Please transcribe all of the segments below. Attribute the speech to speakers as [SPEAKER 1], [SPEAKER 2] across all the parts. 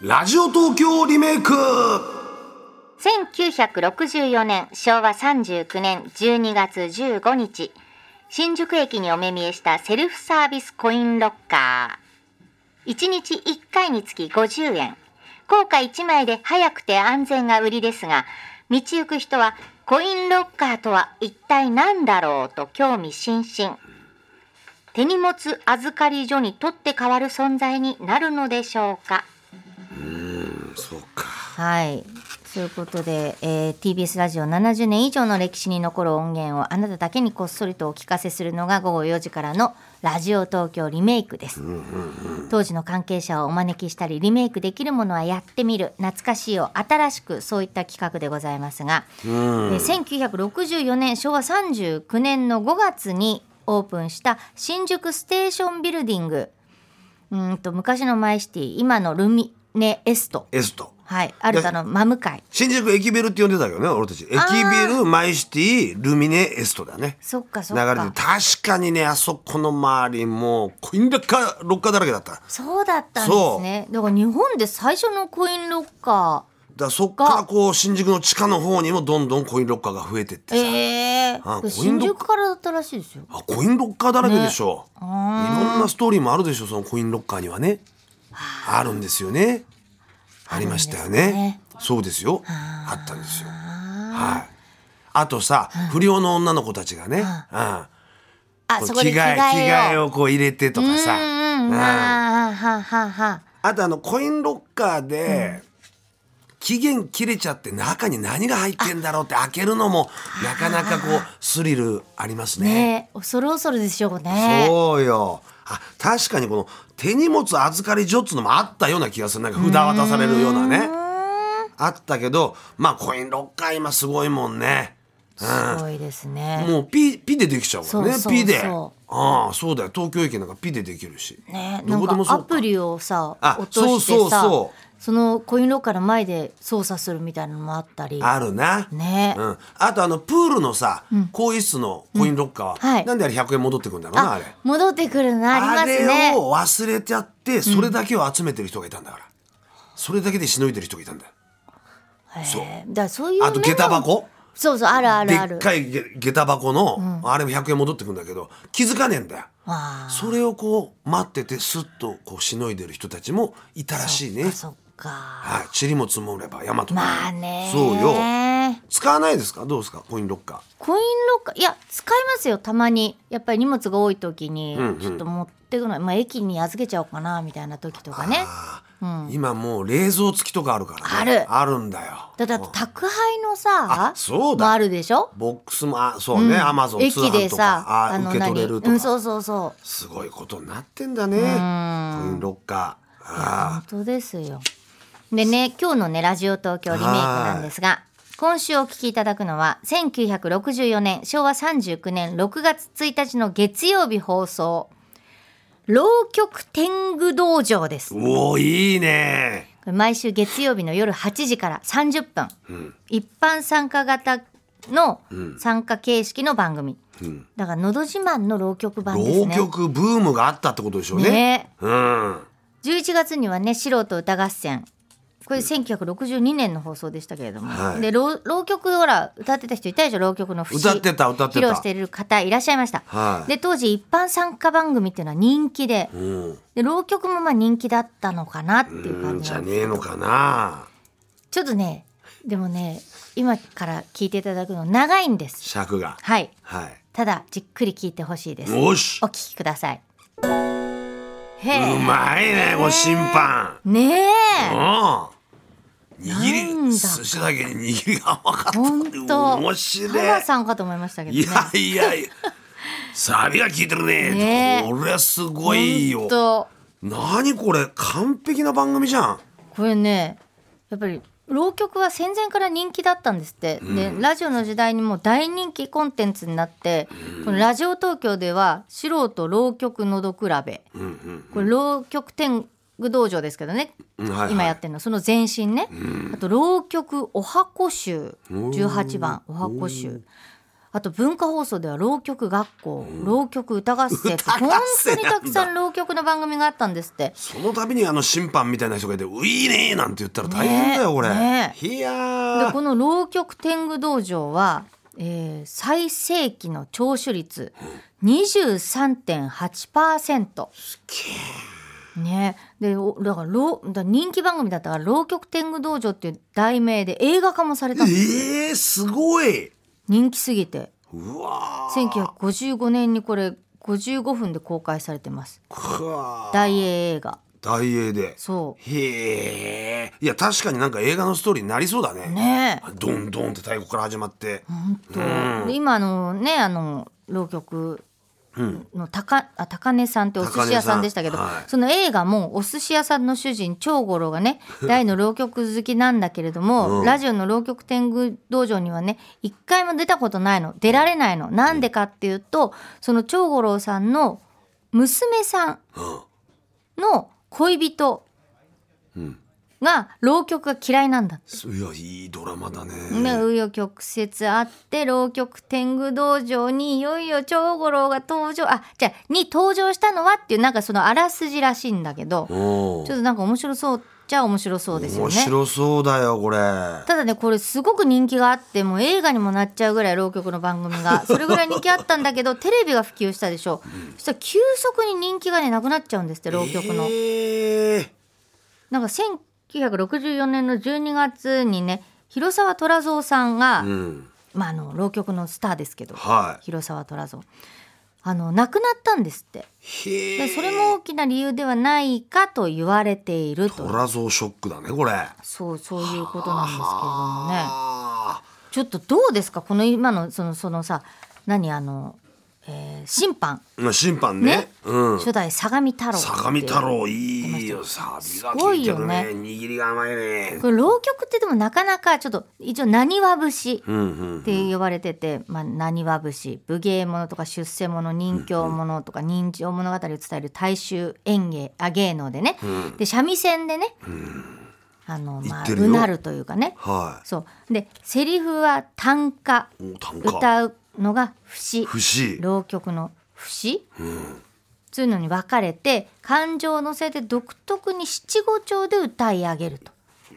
[SPEAKER 1] ラジオ東京リメイク
[SPEAKER 2] 1964年昭和39年12月15日新宿駅にお目見えしたセルフサービスコインロッカー1日1回につき50円硬貨1枚で早くて安全が売りですが道行く人はコインロッカーとは一体何だろうと興味津々手荷物預かり所に取って代わる存在になるのでしょうか
[SPEAKER 1] そうか
[SPEAKER 3] はい。ということで、えー TBS ラジオ70年以上の歴史に残る音源をあなただけにこっそりとお聞かせするのが午後4時からの「ラジオ東京リメイク」です、当時の関係者をお招きしたりリメイクできるものはやってみる懐かしいを新しくそういった企画でございますが、えー1964年昭和39年の5月にオープンした新宿ステーションビルディングうーんと昔のマイシティ今のルミネエスト
[SPEAKER 1] S と
[SPEAKER 3] はい、アルタの真向かい。
[SPEAKER 1] 新宿駅ビルって呼んでたけどね俺たち駅ビルマイシティルミネエストだね
[SPEAKER 3] そっかそ
[SPEAKER 1] 流
[SPEAKER 3] っ
[SPEAKER 1] れで
[SPEAKER 3] か
[SPEAKER 1] 確。かにねあそこの周りもうコインロッカーロッカーだらけだっただか
[SPEAKER 3] そうだったんですね。だから日本で最初のコインロッカ
[SPEAKER 1] らそっからこう新宿の地下の方にもどんどんコインロッカーが増えてって
[SPEAKER 3] ー。
[SPEAKER 1] さ、
[SPEAKER 3] ええ
[SPEAKER 1] あコインロッカー
[SPEAKER 3] ー。新宿からだったらしいですよ。
[SPEAKER 1] あコインロッカーだらけでしょ、いろんなストーリーもあるでしょそのコインロッカーにはねあるんですよねありましたよねそうですよあったんですよはいあとさ、不良の女の子たちがね、うん
[SPEAKER 3] あ、
[SPEAKER 1] こう
[SPEAKER 3] そこで着替え
[SPEAKER 1] 着替え
[SPEAKER 3] を。
[SPEAKER 1] をこう入れてとかさ、
[SPEAKER 3] うんうん。
[SPEAKER 1] うん
[SPEAKER 3] あーははは。
[SPEAKER 1] あとあのコインロッカーで、期限切れちゃって中に何が入ってんだろうって開けるのもなかなかこうスリルありますね。
[SPEAKER 3] ねえ、恐る恐るでしょうね。
[SPEAKER 1] そうよあ確かにこの手荷物預かり所っつうのもあったような気がするなんか札渡されるようなねあったけどまあコインロッカー今すごいもんね。
[SPEAKER 3] すごいですね。
[SPEAKER 1] もうピピでできちゃうからね
[SPEAKER 3] そうそう
[SPEAKER 1] ピで
[SPEAKER 3] そ
[SPEAKER 1] ああそうだよ東京駅なんかピでできるし、
[SPEAKER 3] ねえ、な
[SPEAKER 1] ど
[SPEAKER 3] ん
[SPEAKER 1] こでも
[SPEAKER 3] か
[SPEAKER 1] そ
[SPEAKER 3] ア
[SPEAKER 1] う
[SPEAKER 3] プリをさ
[SPEAKER 1] あ、
[SPEAKER 3] 落として
[SPEAKER 1] そうそう
[SPEAKER 3] さ
[SPEAKER 1] そ、
[SPEAKER 3] そのコインロッカーの前で操作するみたいなのもあったり。
[SPEAKER 1] あるな、
[SPEAKER 3] ねえ
[SPEAKER 1] う。ん、あとあのプールのさ、更衣室のコインロッカーは、
[SPEAKER 3] うんはい
[SPEAKER 1] なんであれ100円戻ってくんだろうなあれ
[SPEAKER 3] 戻ってくるのありますね。
[SPEAKER 1] あれを忘れちゃってそれだけを集めてる人がいたんだから、それだけでしのいでる人がいたんだよ
[SPEAKER 3] そう。だからそういう
[SPEAKER 1] あと
[SPEAKER 3] 面も
[SPEAKER 1] 下駄箱
[SPEAKER 3] そうそうあるあるあ
[SPEAKER 1] でっ
[SPEAKER 3] る。
[SPEAKER 1] かい下下駄箱の、あれも100円戻ってくんだけど気づかねえんだよ
[SPEAKER 3] あ
[SPEAKER 1] それをこう待っててスッとこうしのいでる人たちもいたらしいね
[SPEAKER 3] あそっか。
[SPEAKER 1] はい塵も積もれば山となる
[SPEAKER 3] まあね。
[SPEAKER 1] そうよ使わないですかどうですかコインロッカ
[SPEAKER 3] コインロッカーいや使いますよたまにやっぱり荷物が多い時に
[SPEAKER 1] んうん
[SPEAKER 3] ちょっと持ってくの、まあ駅に預けちゃおうかなみたいな時とか
[SPEAKER 1] ー
[SPEAKER 3] ね。
[SPEAKER 1] あー、今もう冷蔵付きとかあるからね
[SPEAKER 3] ある
[SPEAKER 1] あるんだよ
[SPEAKER 3] だってあと宅配のさ
[SPEAKER 1] あ、そうだ
[SPEAKER 3] もあるでしょ。
[SPEAKER 1] ボックスもあそうね、アマゾン通
[SPEAKER 3] 駅
[SPEAKER 1] 販
[SPEAKER 3] で
[SPEAKER 1] と
[SPEAKER 3] さ
[SPEAKER 1] かあ受け取れるとか、
[SPEAKER 3] うんそうそうそう。
[SPEAKER 1] すごいことになってんだねコインロッカーあ
[SPEAKER 3] 本当ですよ。でね今日のねラジオ東京リメイクなんですが今週お聞きいただくのは1964年昭和39年6月1日の月曜日放送浪曲天狗道場です
[SPEAKER 1] ーおーいいね
[SPEAKER 3] 毎週月曜日の夜8時から30分、一般参加型の参加形式の番組、だから「のど自慢」の浪曲版です
[SPEAKER 1] 浪
[SPEAKER 3] ね。
[SPEAKER 1] 曲ブームがあったってことでしょうね
[SPEAKER 3] ね
[SPEAKER 1] うん
[SPEAKER 3] 11月にはね「素人歌合戦」これ1962年の放送でしたけれども、
[SPEAKER 1] はい
[SPEAKER 3] で浪浪曲ほら歌ってた人いたでしょ浪曲の節
[SPEAKER 1] 歌ってた歌ってた
[SPEAKER 3] 披露している方いらっしゃいました、
[SPEAKER 1] はい
[SPEAKER 3] で当時一般参加番組っていうのは人気で
[SPEAKER 1] うん
[SPEAKER 3] で浪曲もまあ人気だったのかなっていう
[SPEAKER 1] うん
[SPEAKER 3] 感じ
[SPEAKER 1] じ
[SPEAKER 3] な
[SPEAKER 1] ゃ
[SPEAKER 3] ん
[SPEAKER 1] ね
[SPEAKER 3] です
[SPEAKER 1] えのかな
[SPEAKER 3] ちょっとねでもね今から聞いていただくの長いんです
[SPEAKER 1] 尺が
[SPEAKER 3] はい
[SPEAKER 1] はい
[SPEAKER 3] ただじっくり聞いてほしいです
[SPEAKER 1] よし
[SPEAKER 3] お
[SPEAKER 1] う
[SPEAKER 3] 聞きくださいへえ
[SPEAKER 1] まいねご審判
[SPEAKER 3] ねえ
[SPEAKER 1] うん握
[SPEAKER 3] なん
[SPEAKER 1] り
[SPEAKER 3] だ
[SPEAKER 1] 寿司だけに握りが甘かった
[SPEAKER 3] 本当。
[SPEAKER 1] 面白い
[SPEAKER 3] タマさんかと思いましたけど
[SPEAKER 1] い
[SPEAKER 3] ね。
[SPEAKER 1] やいやいや、サビが効いてるね。
[SPEAKER 3] ねえ
[SPEAKER 1] これすごいよ
[SPEAKER 3] 本。当
[SPEAKER 1] 何これ完璧な番組じゃん。
[SPEAKER 3] これね、やっぱり浪曲は戦前から人気だったんですって。で、ラジオの時代にもう大人気コンテンツになって、このラジオ東京では素人浪曲のど比べ、
[SPEAKER 1] うんうん。
[SPEAKER 3] これ浪曲天狗道場ですけどね。
[SPEAKER 1] うんはいはい
[SPEAKER 3] 今やってるのその前身ね、あと浪曲おはこ集18番おはこ集あと文化放送では浪曲学校、浪曲歌合戦って
[SPEAKER 1] 歌合
[SPEAKER 3] 本当
[SPEAKER 1] 戦
[SPEAKER 3] に
[SPEAKER 1] なんだ
[SPEAKER 3] たくさん浪曲の番組があったんです って
[SPEAKER 1] その度にあの審判みたいな人がいて「ういねー」なんて言ったら大変だよ
[SPEAKER 3] ね
[SPEAKER 1] これ、
[SPEAKER 3] ね
[SPEAKER 1] いや
[SPEAKER 3] で
[SPEAKER 1] ー
[SPEAKER 3] この浪曲天狗道場は、えー最盛期の聴取率23.8%。ね、でおだから浪だから人気番組だったから「浪曲天狗道場」っていう題名で映画化もされたの
[SPEAKER 1] えー、すごい
[SPEAKER 3] 人気すぎて
[SPEAKER 1] うわ
[SPEAKER 3] 1955年にこれ55分で公開されてます
[SPEAKER 1] ーうわー
[SPEAKER 3] 大英映画
[SPEAKER 1] 大英で
[SPEAKER 3] そ
[SPEAKER 1] へえいや確かになんか映画のストーリーになりそうだね
[SPEAKER 3] うねえ
[SPEAKER 1] ドンドンって太鼓から始まって
[SPEAKER 3] 本当で今あのねあの浪曲の高あ高根さんってお寿司屋さんでしたけど、
[SPEAKER 1] 高根さんはい
[SPEAKER 3] その映画もお寿司屋さんの主人長五郎 がね大の浪曲好きなんだけれども、
[SPEAKER 1] うん
[SPEAKER 3] ラジオの浪曲天狗道場にはね一回も出たことないの出られないのなんでかっていうとその長五郎さんの娘さん
[SPEAKER 1] うん
[SPEAKER 3] の恋人が浪曲が嫌いなんだって
[SPEAKER 1] そういやいいドラマだね
[SPEAKER 3] ね、紆余曲折あって浪曲天狗道場にいよいよ長五郎が登場あじゃあに登場したのはっていうなんかそのあらすじらしいんだけどちょ
[SPEAKER 1] お
[SPEAKER 3] っ
[SPEAKER 1] ー
[SPEAKER 3] となんか面白そうじゃ面白そうですよ
[SPEAKER 1] 面
[SPEAKER 3] ね。
[SPEAKER 1] 白そうだよこれ
[SPEAKER 3] ただねこれすごく人気があってもう映画にもなっちゃうぐらい浪曲の番組 がそれぐらい人気あったんだけどテレビが普及したでしょそしたら急速に人気がねなくなっちゃうんですって浪曲の。
[SPEAKER 1] えー
[SPEAKER 3] なんか1964年の12月にね広沢虎造さんが、
[SPEAKER 1] うん
[SPEAKER 3] まあ、あの浪曲のスターですけど、
[SPEAKER 1] は
[SPEAKER 3] 広沢虎造あの亡くなったんですって
[SPEAKER 1] いへえ
[SPEAKER 3] でそれも大きな理由ではないかと言われている
[SPEAKER 1] ト
[SPEAKER 3] と
[SPEAKER 1] ラゾーショックだねこれ
[SPEAKER 3] そうそういうことなんですけれどもね
[SPEAKER 1] あ
[SPEAKER 3] ちょっとどうですかこの今のそのそのさ何あの、えー審判、
[SPEAKER 1] ーまあ審判ね
[SPEAKER 3] ね
[SPEAKER 1] うん
[SPEAKER 3] 初代相模太郎っていう
[SPEAKER 1] 相模太郎いいよサビが効いてるね
[SPEAKER 3] すご
[SPEAKER 1] 握りが甘いね
[SPEAKER 3] これ浪曲ってでもなかなかちょっと一応なにわ節
[SPEAKER 1] うんうん
[SPEAKER 3] って呼ばれてて、まあ、何は節武芸者とか出世者人形者とか人情物語を伝える大衆演芸あ芸能でね、で三味線でね、あのま
[SPEAKER 1] 言
[SPEAKER 3] あ
[SPEAKER 1] ってるよ
[SPEAKER 3] うなるというかね
[SPEAKER 1] は
[SPEAKER 3] そうでセリフは短歌
[SPEAKER 1] いお短歌
[SPEAKER 3] 歌うのが節
[SPEAKER 1] 不思
[SPEAKER 3] 浪曲の節、そういうのに分かれて感情を乗せて独特に七五調で歌い上げると。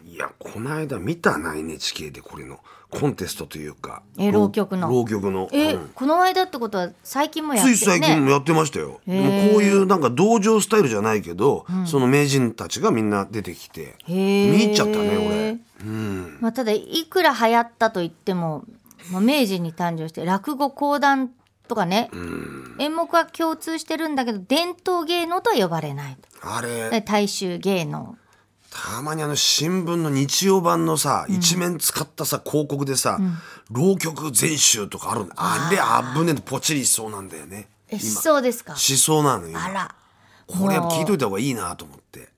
[SPEAKER 1] 議いやこの間見たな NHK でこれのコンテストというか
[SPEAKER 3] え浪曲の
[SPEAKER 1] 浪曲の
[SPEAKER 3] え、
[SPEAKER 1] うん
[SPEAKER 3] この間ってことは最近も
[SPEAKER 1] つ
[SPEAKER 3] やって
[SPEAKER 1] い
[SPEAKER 3] る
[SPEAKER 1] 最近
[SPEAKER 3] ね。
[SPEAKER 1] もやってましたよ、
[SPEAKER 3] へー
[SPEAKER 1] でもこういうなんか道場スタイルじゃないけど、その名人たちがみんな出てきて
[SPEAKER 3] へー
[SPEAKER 1] 見入っちゃったね俺うん
[SPEAKER 3] まあ、ただいくら流行ったといっても、まあ、明治に誕生して落語講談とかね、演目は共通してるんだけど伝統芸能とは呼ばれない
[SPEAKER 1] あ
[SPEAKER 3] と
[SPEAKER 1] れ
[SPEAKER 3] で大衆芸能
[SPEAKER 1] たまにあの新聞の日曜版のさ、一面使ったさ広告でさ「浪曲全集」とかあるんだあれあぶねえとポチりしそうなんだよね
[SPEAKER 3] えしそうですか
[SPEAKER 1] しそうなのよ
[SPEAKER 3] あら
[SPEAKER 1] これ
[SPEAKER 3] もう
[SPEAKER 1] 聞いといた方がいいなと思って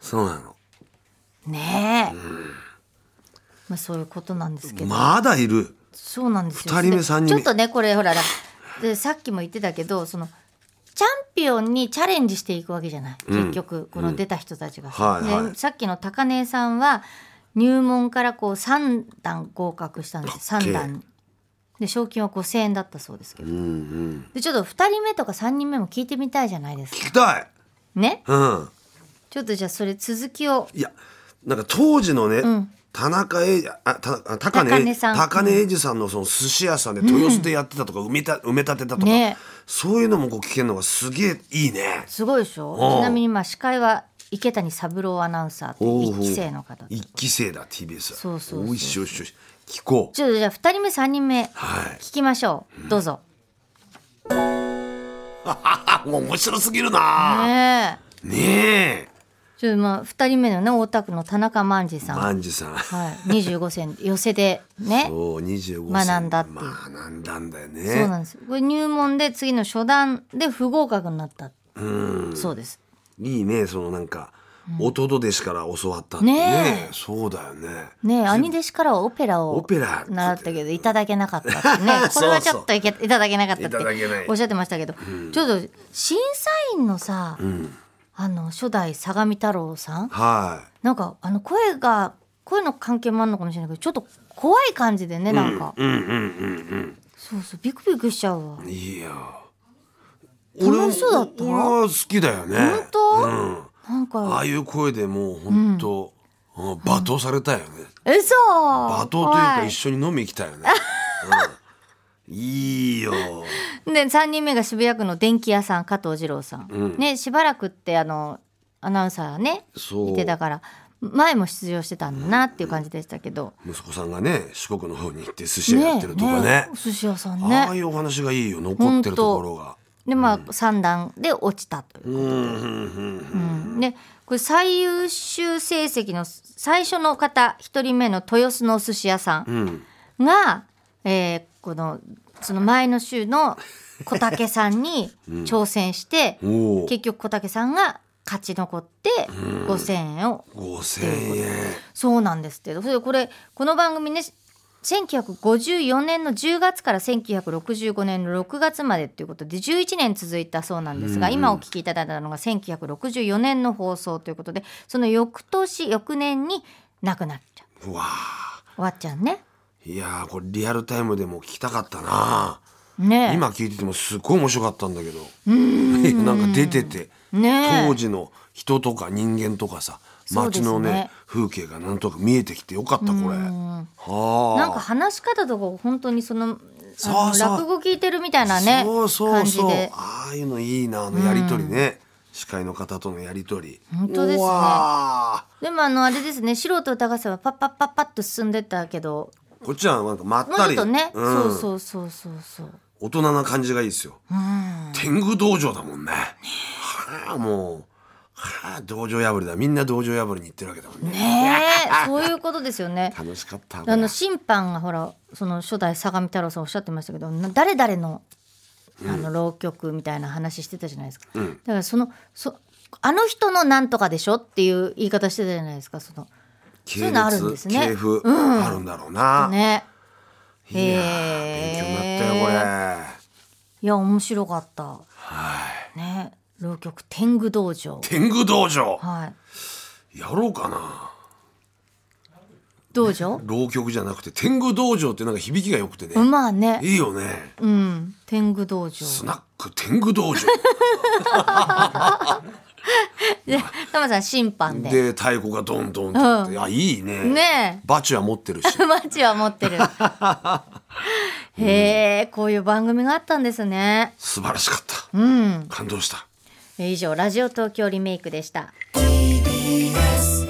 [SPEAKER 1] そうなの
[SPEAKER 3] ねえ、まあ、そういうことなんですけど、
[SPEAKER 1] まだいる
[SPEAKER 3] そうなんですよ
[SPEAKER 1] 二人目三人目
[SPEAKER 3] ちょっとねこれほらだでさっきも言ってたけどそのチャンピオンにチャレンジしていくわけじゃない、結局この出た人たちが、
[SPEAKER 1] はいはい
[SPEAKER 3] でさっきの高根さんは入門からこう3段合格したんです
[SPEAKER 1] かっけ
[SPEAKER 3] 3
[SPEAKER 1] え
[SPEAKER 3] 段にで賞金は5,000円だったそうですけど、でちょっと2人目とか3人目も聞いてみたいじゃないです
[SPEAKER 1] 聞
[SPEAKER 3] か
[SPEAKER 1] きたい
[SPEAKER 3] ね
[SPEAKER 1] うん
[SPEAKER 3] ちょっとじゃあそれ続きを
[SPEAKER 1] いやなんか当時のね、田中英あたあ高
[SPEAKER 3] 高根
[SPEAKER 1] 根
[SPEAKER 3] さん
[SPEAKER 1] 高根英二さんのその寿司屋さんで豊洲でやってたとか埋めた、埋め立てたとか、
[SPEAKER 3] ね
[SPEAKER 1] そういうのもこう聞けるのがすげえいいね。
[SPEAKER 3] すごいでしょ
[SPEAKER 1] うん
[SPEAKER 3] ちなみにまあ司会は池谷三郎アナウンサーという
[SPEAKER 1] ほうほう
[SPEAKER 3] 1期生の方
[SPEAKER 1] 一期生だ TBS は
[SPEAKER 3] そうそうそう
[SPEAKER 1] おいしいおいしいおいしい聞こう
[SPEAKER 3] ちょっとじゃあ2人目3人目
[SPEAKER 1] はい
[SPEAKER 3] 聞きましょうどうぞ、
[SPEAKER 1] あもう面白すぎるな、
[SPEAKER 3] ねえ
[SPEAKER 1] ねえ
[SPEAKER 3] ちょっとまあ2人目のね大田区の田中万次さん、は
[SPEAKER 1] 万次さん
[SPEAKER 3] い、25銭寄せでねそう
[SPEAKER 1] そう25歳
[SPEAKER 3] 学んだっていう
[SPEAKER 1] 学んだんだよね
[SPEAKER 3] なんですこれ入門で次の初段で不合格になったそうです
[SPEAKER 1] いいねそのなんか弟弟子から教わったってね
[SPEAKER 3] ね
[SPEAKER 1] そうだよね
[SPEAKER 3] ねえ兄弟子からはオペラ
[SPEAKER 1] オ
[SPEAKER 3] を
[SPEAKER 1] ペラ
[SPEAKER 3] 習ったけどいただけなかった ってねこれはちょっといけいただけなかったっ
[SPEAKER 1] いただけない
[SPEAKER 3] ておっしゃってましたけど、ちょっと審査員のさ、あの初代相模太郎さん
[SPEAKER 1] はい
[SPEAKER 3] なんかあの声がこういうの関係もあるのかもしれないけどちょっと怖い感じでねなんか、
[SPEAKER 1] うんうんうん
[SPEAKER 3] そうそうビクビクしちゃうわ
[SPEAKER 1] うんいや
[SPEAKER 3] 楽しそうだった
[SPEAKER 1] 俺は俺は好きだよね
[SPEAKER 3] 本当
[SPEAKER 1] うん
[SPEAKER 3] なん
[SPEAKER 1] あ
[SPEAKER 3] か
[SPEAKER 1] あいう声でもう本当、うん罵倒されたよね、
[SPEAKER 3] えそ
[SPEAKER 1] 罵倒というか一緒に飲み行きたいよね、うん、いいよ
[SPEAKER 3] で3人目が渋谷区の電気屋さん加藤二郎さん、
[SPEAKER 1] うん
[SPEAKER 3] ねしばらくってあのアナウンサーね
[SPEAKER 1] そう
[SPEAKER 3] いてたから前も出場してたんだなっていう感じでしたけど、
[SPEAKER 1] 息子さんがね四国の方に行って寿司屋やってるとかね
[SPEAKER 3] お寿司屋さん
[SPEAKER 1] ああ
[SPEAKER 3] ね
[SPEAKER 1] いうお話がいいよ残ってるところが
[SPEAKER 3] でまあ3段で落ちたという
[SPEAKER 1] う、んうんうん
[SPEAKER 3] うんでこれ最優秀成績の最初の方1人目の豊洲のお寿司屋さん
[SPEAKER 1] うん
[SPEAKER 3] が、えーこのその前の週の小竹さんに挑戦して、
[SPEAKER 1] うんおお
[SPEAKER 3] 結局小竹さんが勝ち残って5,000円を
[SPEAKER 1] 5000円
[SPEAKER 3] そうなんですけどそれでこれこの番組ね1954年の10月から1965年の6月までということで11年続いたそうなんですが、今お聞きいただいたのが1964年の放送ということでその翌年翌年に亡くなっちゃ
[SPEAKER 1] うわあ
[SPEAKER 3] うわっちゃんね。
[SPEAKER 1] いやーこれリアルタイムでも聞きたかったな
[SPEAKER 3] ねえ
[SPEAKER 1] 今聞いててもすっごい面白かったんだけど なんか出てて
[SPEAKER 3] ねえ
[SPEAKER 1] 当時の人とか人間とかさ
[SPEAKER 3] そうで
[SPEAKER 1] 街
[SPEAKER 3] すね
[SPEAKER 1] のね風景がなんとなく見えてきてよかったこれはあ
[SPEAKER 3] なんか話し方とか本当にそのあの
[SPEAKER 1] そうそう
[SPEAKER 3] 落語聞いてるみたいなね
[SPEAKER 1] そうそう
[SPEAKER 3] 感じ
[SPEAKER 1] そう
[SPEAKER 3] で
[SPEAKER 1] ああいうのいいなあのやりとりね、司会の方とのやりとり
[SPEAKER 3] 本当ですね
[SPEAKER 1] うわ
[SPEAKER 3] でもあのあれですね素人歌合戦はパッパッパッパッと進んでったけど
[SPEAKER 1] ーこっちはなんかまっ
[SPEAKER 3] もう
[SPEAKER 1] た
[SPEAKER 3] ちょ
[SPEAKER 1] り
[SPEAKER 3] っとね、
[SPEAKER 1] うん
[SPEAKER 3] そうそうそうそうそう
[SPEAKER 1] 大人な感じがいいですよ、天狗道場だもんねはあもうはあ道場破りだみんな道場破りに行ってるわけだもんね
[SPEAKER 3] ねえそういうことですよ ね
[SPEAKER 1] 楽しかったこれ
[SPEAKER 3] あの審判がほらその初代相模太郎さんおっしゃってましたけどな誰々のあの浪曲みたいな話してたじゃないですか、だからそのそあの人のなんとかでしょっていう言い方してたじゃないですかその
[SPEAKER 1] 系
[SPEAKER 3] そういうのあるんですね
[SPEAKER 1] 系譜、あるんだろうな、
[SPEAKER 3] ね
[SPEAKER 1] いやー勉強にな
[SPEAKER 3] へ
[SPEAKER 1] った
[SPEAKER 3] ー
[SPEAKER 1] よこれ
[SPEAKER 3] いや面白かった。ね浪曲天狗道場。
[SPEAKER 1] 天狗道場
[SPEAKER 3] はい。
[SPEAKER 1] やろうかな
[SPEAKER 3] 道場？
[SPEAKER 1] 浪曲じゃなくて天狗道場ってなんか響きが良くてね、
[SPEAKER 3] まあね。
[SPEAKER 1] いいよね
[SPEAKER 3] うん。天狗道場。
[SPEAKER 1] スナック天狗道場
[SPEAKER 3] で、タマさん審判で。
[SPEAKER 1] で太鼓がどんどんとって、あいいね
[SPEAKER 3] ね
[SPEAKER 1] バチは持ってるし
[SPEAKER 3] え。マチは持ってる。へえ、こういう番組があったんですね。
[SPEAKER 1] 素晴らしかった
[SPEAKER 3] うん。
[SPEAKER 1] 感動した
[SPEAKER 3] 以上ラジオ東京リメイクでした。
[SPEAKER 4] TBS